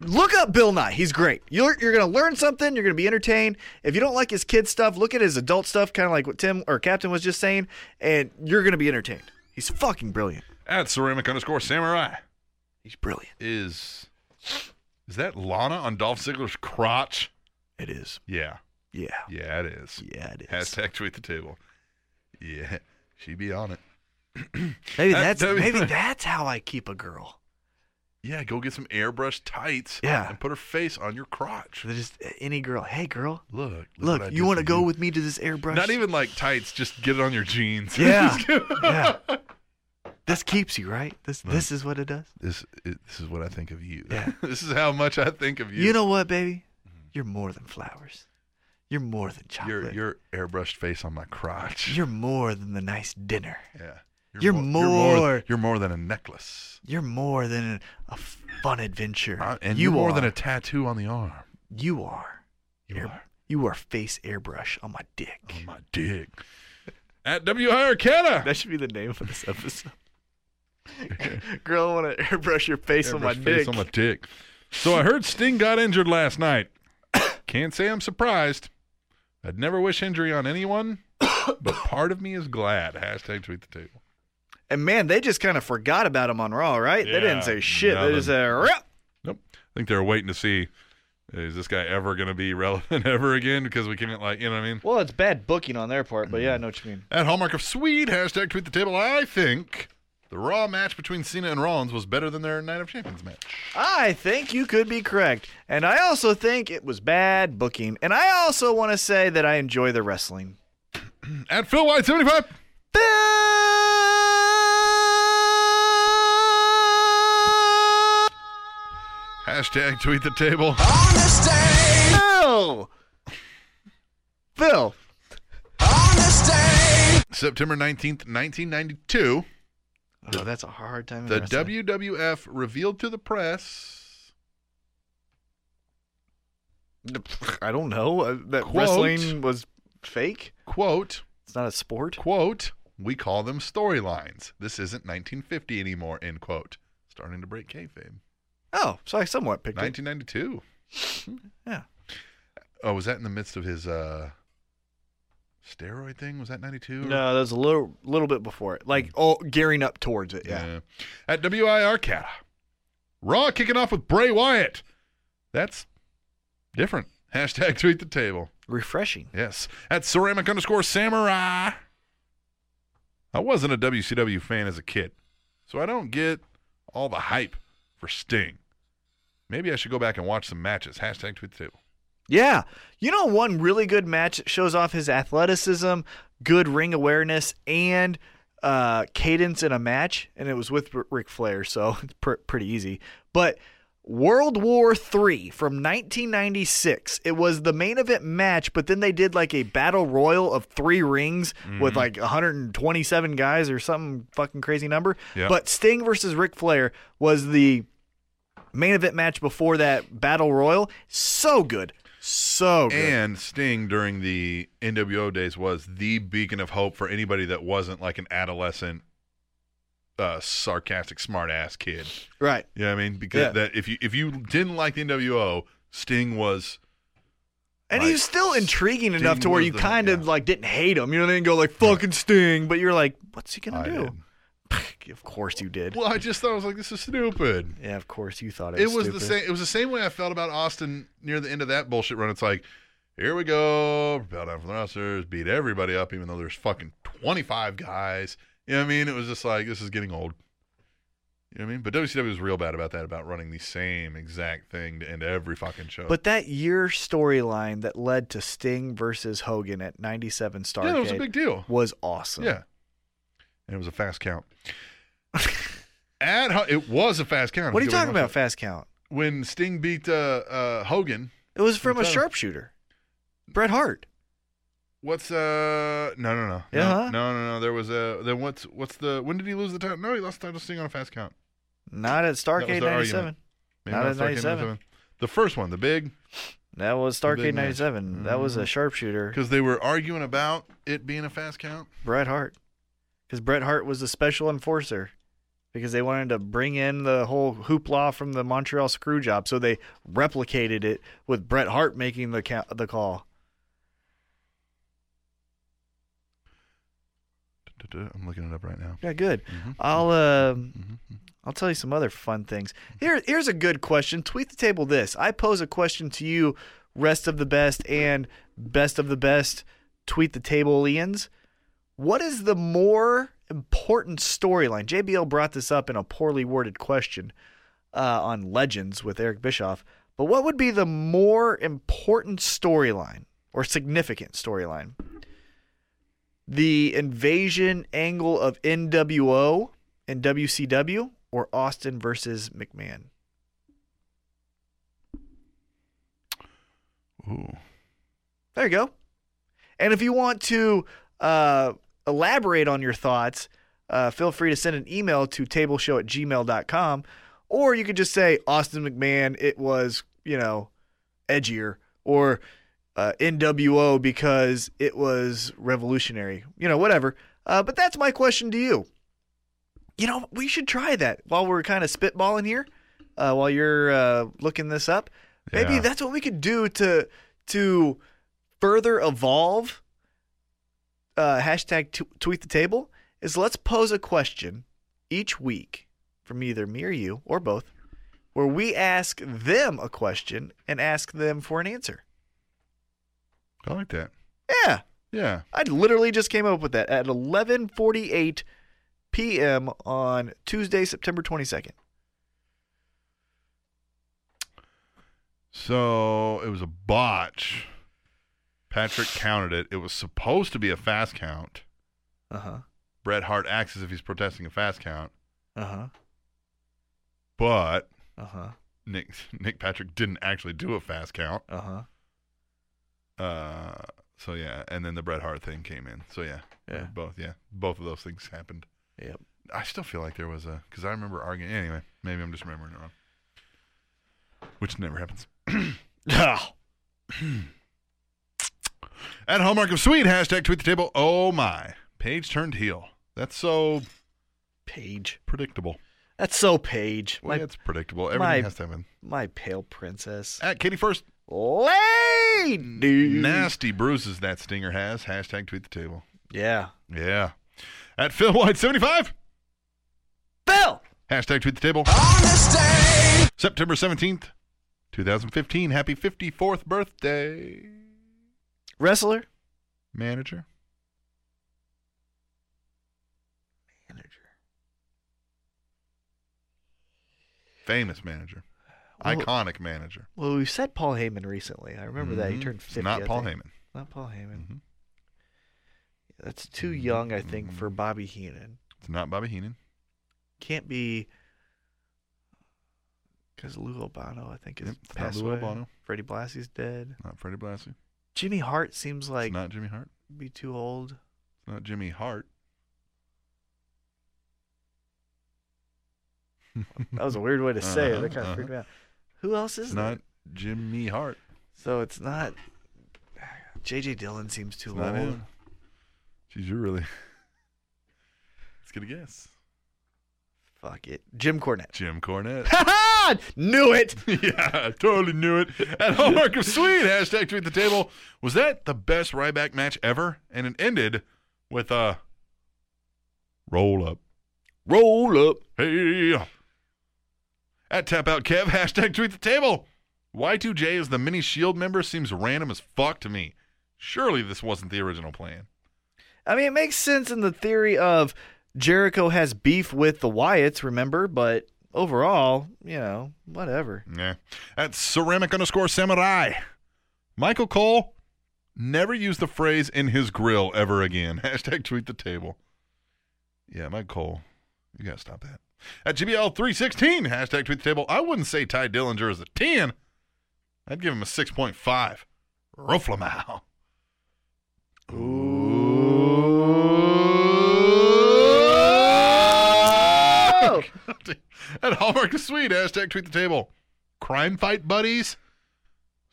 S3: look up Bill Nye. He's great. You're you're gonna learn something. You're gonna be entertained. If you don't like his kid stuff, look at his adult stuff, kind of like what Tim or Captain was just saying, and you're gonna be entertained. He's fucking brilliant.
S2: At ceramic underscore samurai
S3: He's brilliant.
S2: is is that Lana on Dolph Ziggler's crotch?
S3: It is.
S2: Yeah,
S3: Yeah.
S2: yeah, it is.
S3: Yeah, it is.
S2: Hashtag tweet the table. Yeah, she be on it.
S3: maybe
S2: that-
S3: that's
S2: that-
S3: maybe that's how I keep a girl.
S2: Yeah, go get some airbrush tights.
S3: Yeah.
S2: and put her face on your crotch.
S3: Just any girl. Hey, girl.
S2: Look, look, what I
S3: Look,
S2: did
S3: you want to
S2: for
S3: go with me to this airbrush?
S2: Not even like tights. Just get it on your jeans.
S3: Yeah. yeah. This keeps you right. This this is what it does.
S2: this it, this is what I think of you.
S3: Yeah.
S2: this is how much I think of you. Mm-hmm.
S3: You know what, baby? You're more than flowers. You're more than
S2: your
S3: chocolate. You're,
S2: your airbrushed face on my crotch.
S3: more than the nice dinner.
S2: yeah.
S3: you're
S2: mo- you're more
S3: more-
S2: you're more than a necklace.
S3: You're more than a fun adventure.
S2: Uh, and
S3: you
S2: you're more
S3: are,
S2: than a tattoo on the arm.
S3: you are.
S2: You
S3: Air-
S2: are
S3: You are face airbrush on my dick.
S2: on my dick. At W Arcata.
S3: That should be the name of this episode. Girl, I want to airbrush your face on my
S2: Airbrush
S3: dick.
S2: face on my dick. So I heard Sting got injured last night. Can't say I'm surprised. I'd never wish injury on anyone, but part of me is glad. Hashtag tweet the table.
S3: and man, they just kind of forgot about him on Raw, right? They
S2: Yeah,
S3: didn't say shit. They just
S2: nothing.
S3: said, "Rip."
S2: Nope. I think they're waiting to see Is this guy ever going to be relevant ever again? Because we can't, like, you know what I mean?
S3: Well, it's bad booking on their part, but yeah, I know what you mean.
S2: At Hallmark of Swede, hashtag tweet the table. I think the Raw match between Cena and Rollins was better than their Night of Champions match.
S3: I think you could be correct. And I also think it was bad booking. And I also want to say that I enjoy the wrestling.
S2: At Phil White seventy five. Hashtag tweet the table.
S3: Phil! Phil,
S2: September nineteenth, nineteen ninety two.
S3: Oh, that's a hard time. in
S2: The
S3: wrestling.
S2: WWF revealed to the press
S3: I don't know uh, that
S2: Quote.
S3: wrestling was fake.
S2: quote
S3: It's not a sport.
S2: quote we call them storylines. This isn't nineteen fifty anymore. End quote. Starting to break kayfabe.
S3: Oh, so I somewhat picked it.
S2: Nineteen ninety two.
S3: Hmm. Yeah.
S2: Oh, was that in the midst of his uh steroid thing? Was that ninety two?
S3: No, that was a little little bit before it, like oh, gearing up towards it. Yeah.
S2: Yeah. At WIR Cata. Raw kicking off with Bray Wyatt. That's different. Hashtag tweet the table.
S3: refreshing.
S2: Yes. At ceramic underscore samurai. I wasn't a WCW fan as a kid, so I don't get all the hype for Sting. Maybe I should go back and watch some matches. Hashtag tweet the table.
S3: Yeah, you know, one really good match that shows off his athleticism, good ring awareness, and uh, cadence in a match, and it was with R- Ric Flair, so it's pr- pretty easy. But World War Three from 1996, it was the main event match, but then they did like a battle royal of three rings with like 127 guys or some fucking crazy number.
S2: Yeah.
S3: But Sting versus Ric Flair was the main event match before that battle royal. So good. So good.
S2: And Sting during the NWO days was the beacon of hope for anybody that wasn't like an adolescent, uh, sarcastic, smart ass kid.
S3: right.
S2: You know what I mean? Because
S3: Yeah.
S2: that if you if you didn't like the NWO, Sting was
S3: And
S2: Like,
S3: he was still intriguing enough to where
S2: was
S3: you
S2: the-
S3: kind of
S2: yeah.
S3: like didn't hate him. You know, they didn't go like fucking Sting, but you're like, what's he gonna
S2: I
S3: do?
S2: did.
S3: of course you did.
S2: Well, I just thought I was like, this is stupid.
S3: yeah, of course you thought it.
S2: It was the
S3: stupid.
S2: same. It was the same way I felt about Austin near the end of that bullshit run. It's like, here we go, bow down for the rosters, beat everybody up, even though there's fucking 25 guys. You know what I mean? It was just like this is getting old. You know what I mean? But WCW was real bad about that, about running the same exact thing to end every fucking show.
S3: But that year storyline that led to Sting versus Hogan at 97 Starcade
S2: yeah, that was a big deal.
S3: was uh, awesome.
S2: Yeah. And it was a fast count. At Ho- it was a fast count.
S3: What are
S2: If
S3: you
S2: ever
S3: talking about?
S2: watched
S3: Fast count.
S2: it. When Sting beat uh, uh, Hogan,
S3: It was from a
S2: telling you.
S3: sharpshooter, Bret Hart.
S2: what's uh no no no no
S3: Uh-huh.
S2: no no no there was a then what's what's the when did he lose the title? No, he lost the title to Sting on a fast count.
S3: Not at Starcade
S2: their argument.
S3: 97.
S2: Maybe
S3: Not
S2: not
S3: at
S2: Starrcade
S3: 97.
S2: The first one, the big,
S3: That was
S2: The big
S3: Starcade
S2: match.
S3: 97. That was a
S2: Mhm.
S3: sharpshooter,
S2: because they were arguing about it being a fast count.
S3: Bret Hart. Because Bret Hart was the special enforcer because they wanted to bring in the whole hoopla from the Montreal screw job. So they replicated it with Bret Hart making the, ca- the call.
S2: Du-du-du. I'm looking it up right now.
S3: Yeah, good.
S2: Mhm.
S3: I'll um, I'll tell you some other fun things. Here, here's a good question. Tweet the table this. I pose a question to you, rest of the best and best of the best. Tweet the tableians. What is the more important storyline? JBL brought this up in a poorly worded question uh, on Legends with Eric Bischoff. But what would be the more important storyline or significant storyline? the invasion angle of NWO and WCW or Austin versus McMahon?
S2: Ooh.
S3: There you go. And if you want to uh, elaborate on your thoughts, uh, feel free to send an email to tableshow at gmail.com or you could just say Austin McMahon, it was, you know, edgier or uh, NWO because it was revolutionary, you know, whatever. Uh, but that's my question to you. You know, we should try that while we're kind of spitballing here, uh, while you're uh, looking this up. Maybe
S2: Yeah.
S3: that's what we could do to to further evolve uh, hashtag t- tweet the table is let's pose a question each week from either me or you or both where we ask them a question and ask them for an answer.
S2: I like that.
S3: Yeah,
S2: Yeah.
S3: I literally just came up with that at 11:48 p.m. on Tuesday, September 22nd.
S2: So it was a botch. Patrick counted it. It was supposed to be a fast count.
S3: Uh-huh.
S2: Bret Hart acts as if he's protesting a fast count,
S3: Uh-huh.
S2: but
S3: Uh-huh.
S2: Nick Nick Patrick didn't actually do a fast count.
S3: Uh-huh.
S2: Uh, so yeah, and then the Bret Hart thing came in. So yeah,
S3: Yeah.
S2: both yeah, both of those things happened.
S3: Yep.
S2: I still feel like there was a because I remember arguing. Anyway, maybe I'm just remembering it wrong, which never happens. At Hallmark of Sweet hashtag tweet the table. Oh my, Paige turned heel. That's so
S3: Page.
S2: predictable.
S3: That's so Page.
S2: Well,
S3: My
S2: yeah, it's predictable. Everything
S3: my-
S2: has to happen.
S3: my pale princess.
S2: At Katie first.
S3: Uh, Lady.
S2: Nasty bruises that stinger has. Hashtag tweet the table.
S3: Yeah.
S2: Yeah. At Phil White 75.
S3: Phil.
S2: Hashtag tweet the table. September 17th, 2015. Happy 54th birthday,
S3: Wrestler.
S2: manager.
S3: Manager.
S2: Famous manager.
S3: Well-
S2: Iconic manager.
S3: Well, we said Paul Heyman recently. I remember that he
S2: Mhm.
S3: turned 50.
S2: Not
S3: I
S2: Paul
S3: think.
S2: Heyman.
S3: Mm-hmm. Not Paul Heyman.
S2: Mhm.
S3: That's too young, I think, for
S2: Mm-hmm.
S3: Bobby Heenan.
S2: It's not Bobby Heenan.
S3: Can't be because Lou Albano, I think, is
S2: Yep, it's not
S3: passed
S2: Lou
S3: away.
S2: Albano.
S3: Freddie Blassie's dead.
S2: Not Freddie Blassie.
S3: Jimmy Hart seems like
S2: it's not Jimmy Hart.
S3: be too old.
S2: It's not Jimmy Hart.
S3: That was a weird way to say it.
S2: Uh-huh,
S3: That kind
S2: uh-huh.
S3: of freaked me out. Who else is
S2: It's
S3: there?
S2: not Jimmy Hart.
S3: So it's not. JJ Dillon seems too
S2: It's not
S3: old.
S2: him. Geez, you're really. Let's get a guess.
S3: Fuck it. Jim Cornette.
S2: Jim Cornette.
S3: Ha ha! Knew it.
S2: yeah, I totally knew it. At Hallmark of Sweet, hashtag tweet the table. Was that the best Ryback match ever? And it ended with a roll up.
S3: Roll up.
S2: Hey. At Tap Out Kev, hashtag tweet the table. Y2J is the mini Shield member seems random as fuck to me. Surely this wasn't the original plan.
S3: I mean, it makes sense in the theory of Jericho has beef with the Wyatts, remember? But overall, you know, whatever.
S2: Yeah. At ceramic underscore samurai. Michael Cole never used the phrase in his grill ever again. Hashtag tweet the table. Yeah, Mike Cole. You gotta stop that. At GBL316, hashtag tweet the table. I wouldn't say Ty Dillinger is a 10. I'd give him a 6.5. Roflamow.
S3: Oh!
S2: At Hallmark the Sweet, hashtag tweet the table. Crime fight buddies?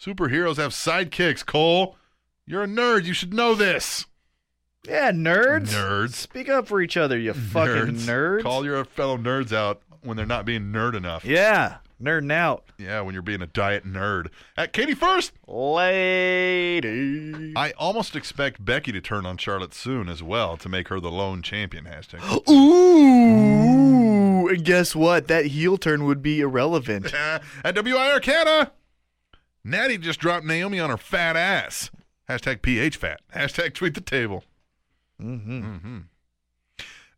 S2: Superheroes have sidekicks, Cole. You're a nerd. You should know this.
S3: Yeah, nerds.
S2: Nerds.
S3: Speak up for each other, you fucking nerds.
S2: Call your fellow nerds out when they're not being nerd enough.
S3: yeah, nerding out.
S2: Yeah, when you're being a diet nerd. At Katie First,
S3: Lady.
S2: I almost expect Becky to turn on Charlotte soon as well to make her the lone champion. Hashtag.
S3: Ooh. And guess what? That heel turn would be irrelevant.
S2: Uh, At WI Arcana, Natty just dropped Naomi on her fat ass. Hashtag PH fat. Hashtag tweet the table.
S3: hmm
S2: Mm-hmm.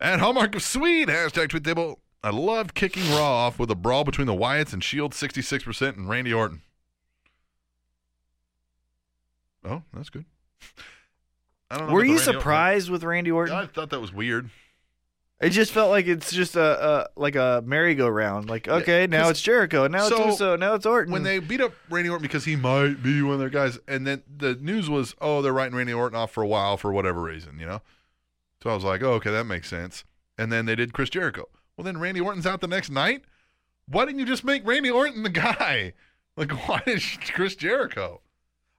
S2: At Hallmark of Sweet, hashtag tweet table. I love kicking Raw off with a brawl between the Wyatts and Shield, 66%, and Randy Orton. Oh, that's good. I don't know
S3: Were
S2: about the
S3: you
S2: Randy Orton-
S3: surprised with Randy Orton?
S2: I thought that was weird.
S3: It just felt like it's just a, a like a merry-go-round. Like, okay, now
S2: 'cause-
S3: it's Jericho, now
S2: so,
S3: it's Uso, now it's Orton.
S2: When they beat up Randy Orton because he might be one of their guys, and then the news was, oh, they're writing Randy Orton off for a while for whatever reason, you know? So I was like, oh, okay, that makes sense. And then they did Chris Jericho. Well, then Randy Orton's out the next night. Why didn't you just make Randy Orton the guy? Like, why did you- Chris Jericho?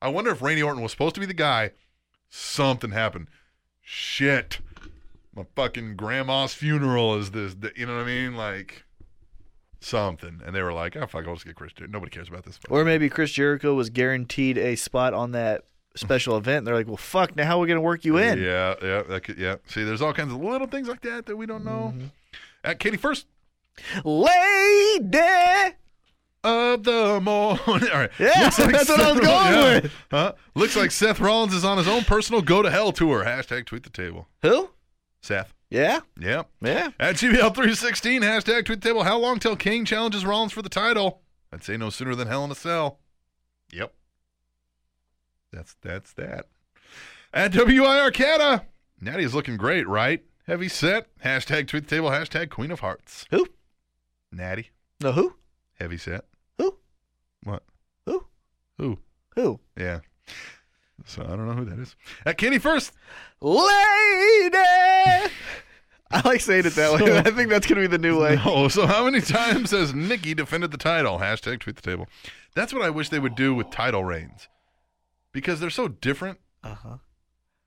S2: I wonder if Randy Orton was supposed to be the guy. Something happened. Shit. My fucking grandma's funeral is this, th- you know what I mean? Like, something. And they were like, oh, fuck, I'll just get Chris Jericho. Nobody cares about this.
S3: or maybe Chris Jericho was guaranteed a spot on that special event. and They're like, well, fuck, now how are we going to work you in?
S2: Yeah, yeah, that could, yeah. See, there's all kinds of little things like
S3: Mm-hmm.
S2: that that we don't know. At Katie First,
S3: Lady!
S2: of the morning. All right.
S3: Yeah,
S2: Looks like
S3: that's what I
S2: Seth-
S3: was going
S2: yeah.
S3: with.
S2: Huh? Looks like Seth Rollins is on his own personal go to hell tour. Hashtag tweet the table.
S3: Who?
S2: Seth.
S3: Yeah.
S2: Yep.
S3: Yeah.
S2: At GBL 316, hashtag tweet the table. How long till Kane challenges Rollins for the title? I'd say no sooner than Hell in a Cell. Yep. That's that's that. At WIR Cata, Natty is looking great, right? Heavy set. Hashtag tweet the table. Hashtag Queen of Hearts.
S3: Who?
S2: Natty,
S3: No, who?
S2: heavy set.
S3: Who?
S2: What?
S3: Who?
S2: Who?
S3: Who?
S2: Yeah. So I don't know who that is. At Kenny First,
S3: Lady. I like saying it that way.
S2: So-
S3: I think that's gonna be the new way.
S2: Oh, so how many times has Nikki defended the title? Hashtag tweet the table. That's what I wish they would do with title reigns because they're so different.
S3: Uh huh.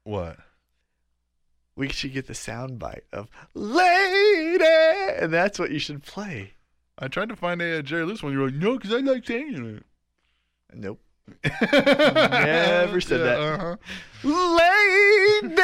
S2: What?
S3: We should get the sound bite of lady, and that's what you should play.
S2: I tried to find a uh, Jerry Lewis one. You're like, no, because I like saying
S3: Nope.
S2: it.
S3: Never said that.
S2: Uh-huh.
S3: Lady.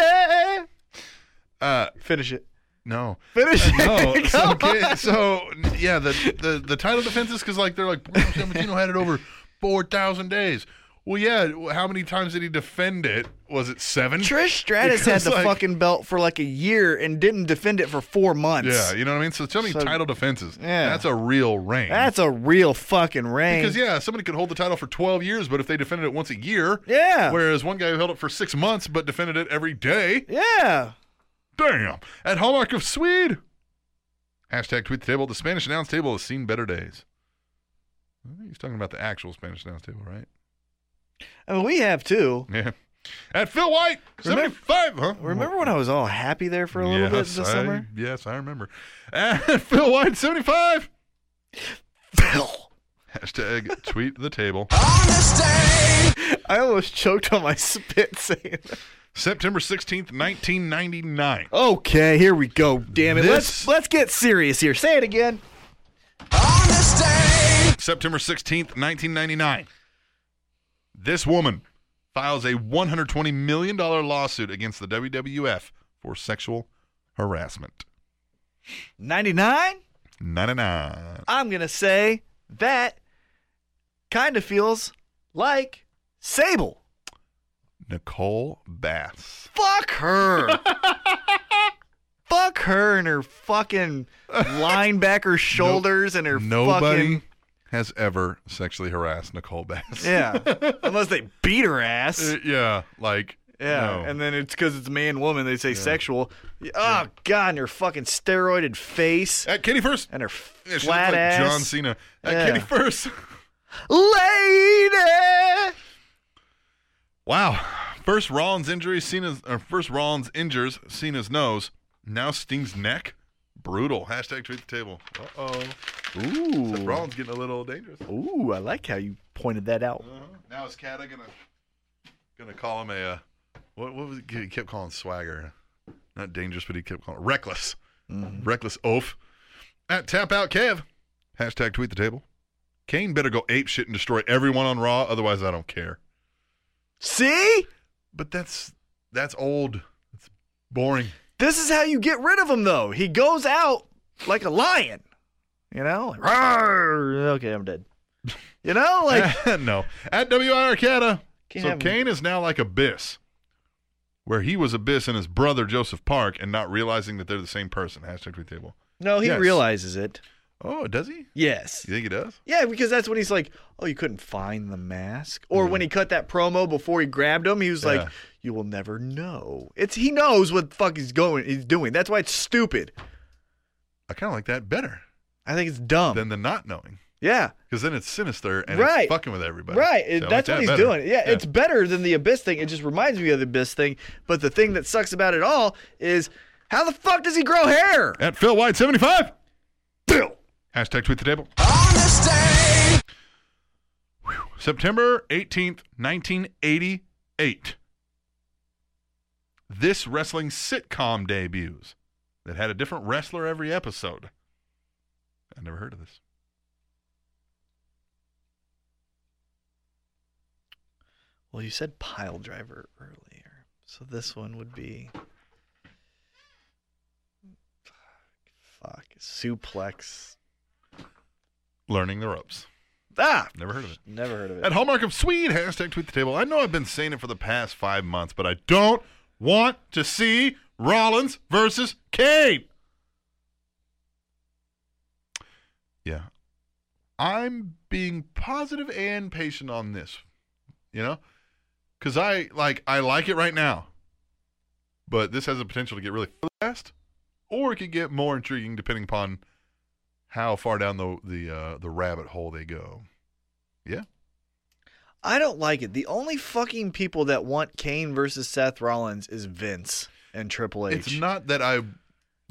S2: Uh,
S3: Finish it.
S2: no.
S3: Finish it.
S2: No.
S3: Come
S2: so,
S3: on.
S2: okay, so yeah, the, the the title defenses because like they're like Bruno Sammartino had it over four thousand days. Well, yeah. How many times did he defend it? Was it seven?
S3: Trish Stratus had
S2: Because,
S3: the
S2: like-
S3: fucking belt for like a year and didn't defend it for four months.
S2: Yeah, you know what I mean. So tell me,
S3: So-
S2: title defenses.
S3: Yeah.
S2: that's a real reign.
S3: That's a real fucking reign.
S2: because yeah, somebody could hold the title for twelve years, but if they defended it once a year,
S3: Yeah.
S2: Whereas one guy who held it for six months but defended it every day,
S3: yeah.
S2: damn. At Hallmark of Swede, hashtag tweet the table. The Spanish announce table has seen better days. I think He's talking about the actual Spanish announce table, right?
S3: I mean, we have too.
S2: Yeah. At Phil White,
S3: Remember-
S2: seventy-five. Huh?
S3: Remember when I was all happy there for a little bit
S2: yes,
S3: this
S2: I-
S3: summer?
S2: Yes, I remember. At Phil White, seventy-five.
S3: Phil.
S2: Hashtag tweet the table.
S3: I almost choked on my spit saying that.
S2: September 16th, 1999.
S3: Okay, here we go. Damn it.
S2: This-
S3: Let's let's get serious here. Say it again. Oh.
S2: September 16th, 1999. This woman files a $120 million lawsuit against the WWF for sexual harassment.
S3: 99?
S2: 99.
S3: I'm going to say that kind of feels like Sable.
S2: Nicole Bass.
S3: Fuck her. Fuck her and her fucking linebacker shoulders and her
S2: Nobody
S3: fucking
S2: has ever sexually harassed Nicole Bass.
S3: yeah. Unless they beat her ass.
S2: Uh, yeah, like
S3: Yeah,
S2: no.
S3: and then it's because it's man woman they say sexual. Oh God, and her fucking steroided face
S2: at Kitty first.
S3: and her
S2: Yeah, she looks
S3: flat
S2: like
S3: ass
S2: John Cena. At
S3: Yeah.
S2: Kitty first.
S3: lady.
S2: Wow. First Rollins injuries, Cena's or uh, first Rollins injures Cena's nose. Now Sting's neck. Brutal. Hashtag tweet the table. Uh oh.
S3: Ooh,
S2: Rollins getting a little dangerous.
S3: ooh, I like how you pointed that out.
S2: Uh-huh. Now is Kata gonna gonna call him a uh, what what was it? he kept calling swagger? Not dangerous, but he kept calling reckless. Reckless oaf. At tap out Kev. Hashtag tweet the table. Kane better go ape shit and destroy everyone on Raw, otherwise I don't care.
S3: See,
S2: But that's that's old. That's boring.
S3: this is how you get rid of him, though. He goes out like a lion, you know. Like, "Rawr." okay, I'm dead. You know, like
S2: no. At WIR Arcata.
S3: Can't
S2: So
S3: have-
S2: Kane is now like Abyss, where he was Abyss and his brother Joseph Park, and not realizing that they're the same person. Hashtag tweet table.
S3: no, he
S2: Yes.
S3: realizes it.
S2: Oh, does he?
S3: Yes.
S2: You think he does?
S3: Yeah, because that's when he's like, "Oh, you couldn't find the mask," or when he cut that promo before he grabbed him, he was
S2: Yeah.
S3: like, "You will never know." It's he knows what the fuck he's going, he's doing. That's why it's stupid.
S2: I kind of like that better
S3: I think it's dumb.
S2: than the not knowing,
S3: yeah,
S2: because then it's sinister and
S3: Right.
S2: it's fucking with everybody.
S3: right.
S2: So I
S3: It-
S2: like
S3: that's
S2: that
S3: what he's
S2: better.
S3: doing. Yeah, it's better than the abyss thing. It just reminds me of the abyss thing. But the thing that sucks about it all is how the fuck does he grow hair?
S2: at Phil White seventy five.
S3: Bill.
S2: Hashtag tweet the table. Whew. September 18th, 1988. This wrestling sitcom debuts that had a different wrestler every episode. I never heard of this.
S3: Well, you said pile driver earlier, so this one would be. Fuck suplex.
S2: Learning the ropes.
S3: Ah,
S2: Never heard of it.
S3: never heard of it.
S2: At Hallmark of Swede, hashtag tweet the table. I know I've been saying it for the past five months, but I don't want to see Rollins versus Kane. Yeah. I'm being positive and patient on this, you know? Because I like I like it right now, but this has the potential to get really fast, or it could get more intriguing depending upon how far down the the uh, the rabbit hole they go. Yeah,
S3: I don't like it. The only fucking people that want Kane versus Seth Rollins is Vince and Triple H.
S2: It's not that I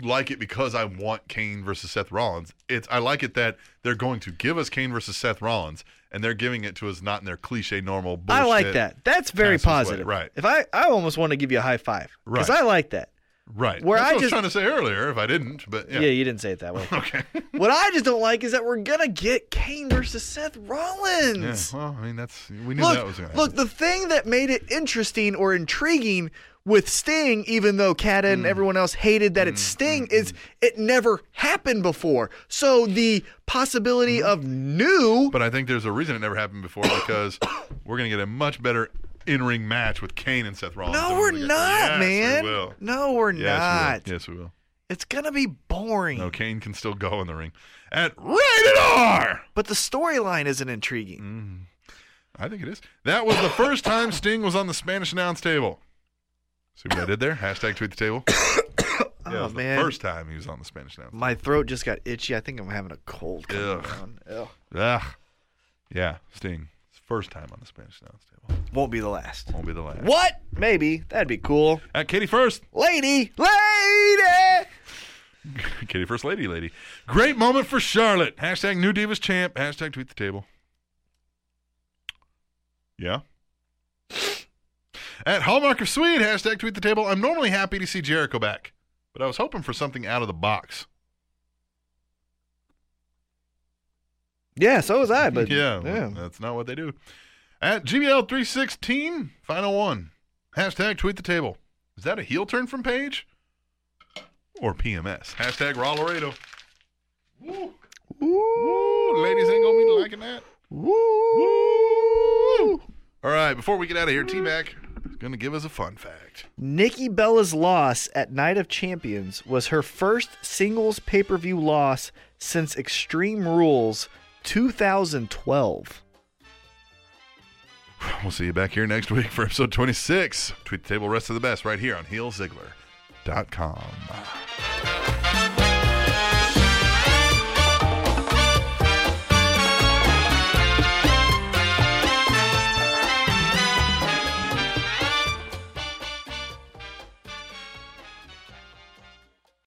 S2: like it because I want Kane versus Seth Rollins. It's I like it that they're going to give us Kane versus Seth Rollins, and they're giving it to us not in their cliche normal. Bullshit.
S3: I like that. That's very
S2: passes away.
S3: positive.
S2: Right.
S3: If I, I almost want to give you a high five because
S2: Right.
S3: I like that.
S2: Right.
S3: Where
S2: That's
S3: I
S2: what
S3: just-
S2: I was trying to say earlier, if I didn't, but yeah.
S3: Yeah. you didn't say it that way.
S2: Okay.
S3: what I just don't like is that we're gonna get Kane versus Seth
S2: Yeah,
S3: Rollins.
S2: well, I mean, that's we knew that was
S3: look,
S2: going to happen.
S3: look, the thing that made it interesting or intriguing with Sting, even though Kata
S2: Mm.
S3: and everyone else hated that it's Sting, is it never happened before. So the possibility of new
S2: Mm-hmm. But I think there's a reason it never happened before because we're going to get a much better in-ring match with Kane and Seth Rollins.
S3: No,
S2: than
S3: we're
S2: gonna get-
S3: not,
S2: yes,
S3: man.
S2: We will.
S3: No, we're
S2: Yes,
S3: not.
S2: we will. Yes, we will.
S3: It's gonna be boring.
S2: No, Kane can still go in the ring. At Rated R.
S3: But the storyline isn't intriguing.
S2: Mm, I think it is. That was the first time Sting was on the Spanish announce table. See what I did there? Hashtag tweet the table. yeah, it
S3: Oh,
S2: was
S3: man.
S2: the first time he was on the Spanish announce.
S3: My throat just got itchy. I think I'm having a cold coming
S2: Ugh.
S3: down. Ugh.
S2: Ugh. Yeah, Sting. It's First time on the Spanish announce table.
S3: Won't be the last.
S2: Won't be the last.
S3: What? Maybe. That'd be cool.
S2: At Katie First.
S3: Lady! Lady!
S2: Katie First Lady Lady. Great moment for Charlotte. Hashtag New Divas Champ. Hashtag tweet the table. Yeah. At Hallmark of Swede. Hashtag tweet the table. I'm normally happy to see Jericho back, but I was hoping for something out of the box.
S3: Yeah, so was I, but
S2: yeah, well,
S3: yeah.
S2: that's not what they do. At GBL316, final one. Hashtag tweet the table. Is that a heel turn from Paige? Or PMS? Hashtag Raw Laredo. Woo. Woo. Ladies ain't gonna be liking that. Woo. All right, before we get out of here, T-Mac is gonna give us a fun fact.
S3: Nikki Bella's loss at Night of Champions was her first singles pay per view loss since Extreme Rules 2012.
S2: We'll see you back here next week for episode 26. Tweet the table, rest of the best, right here on HeelZiggler.com.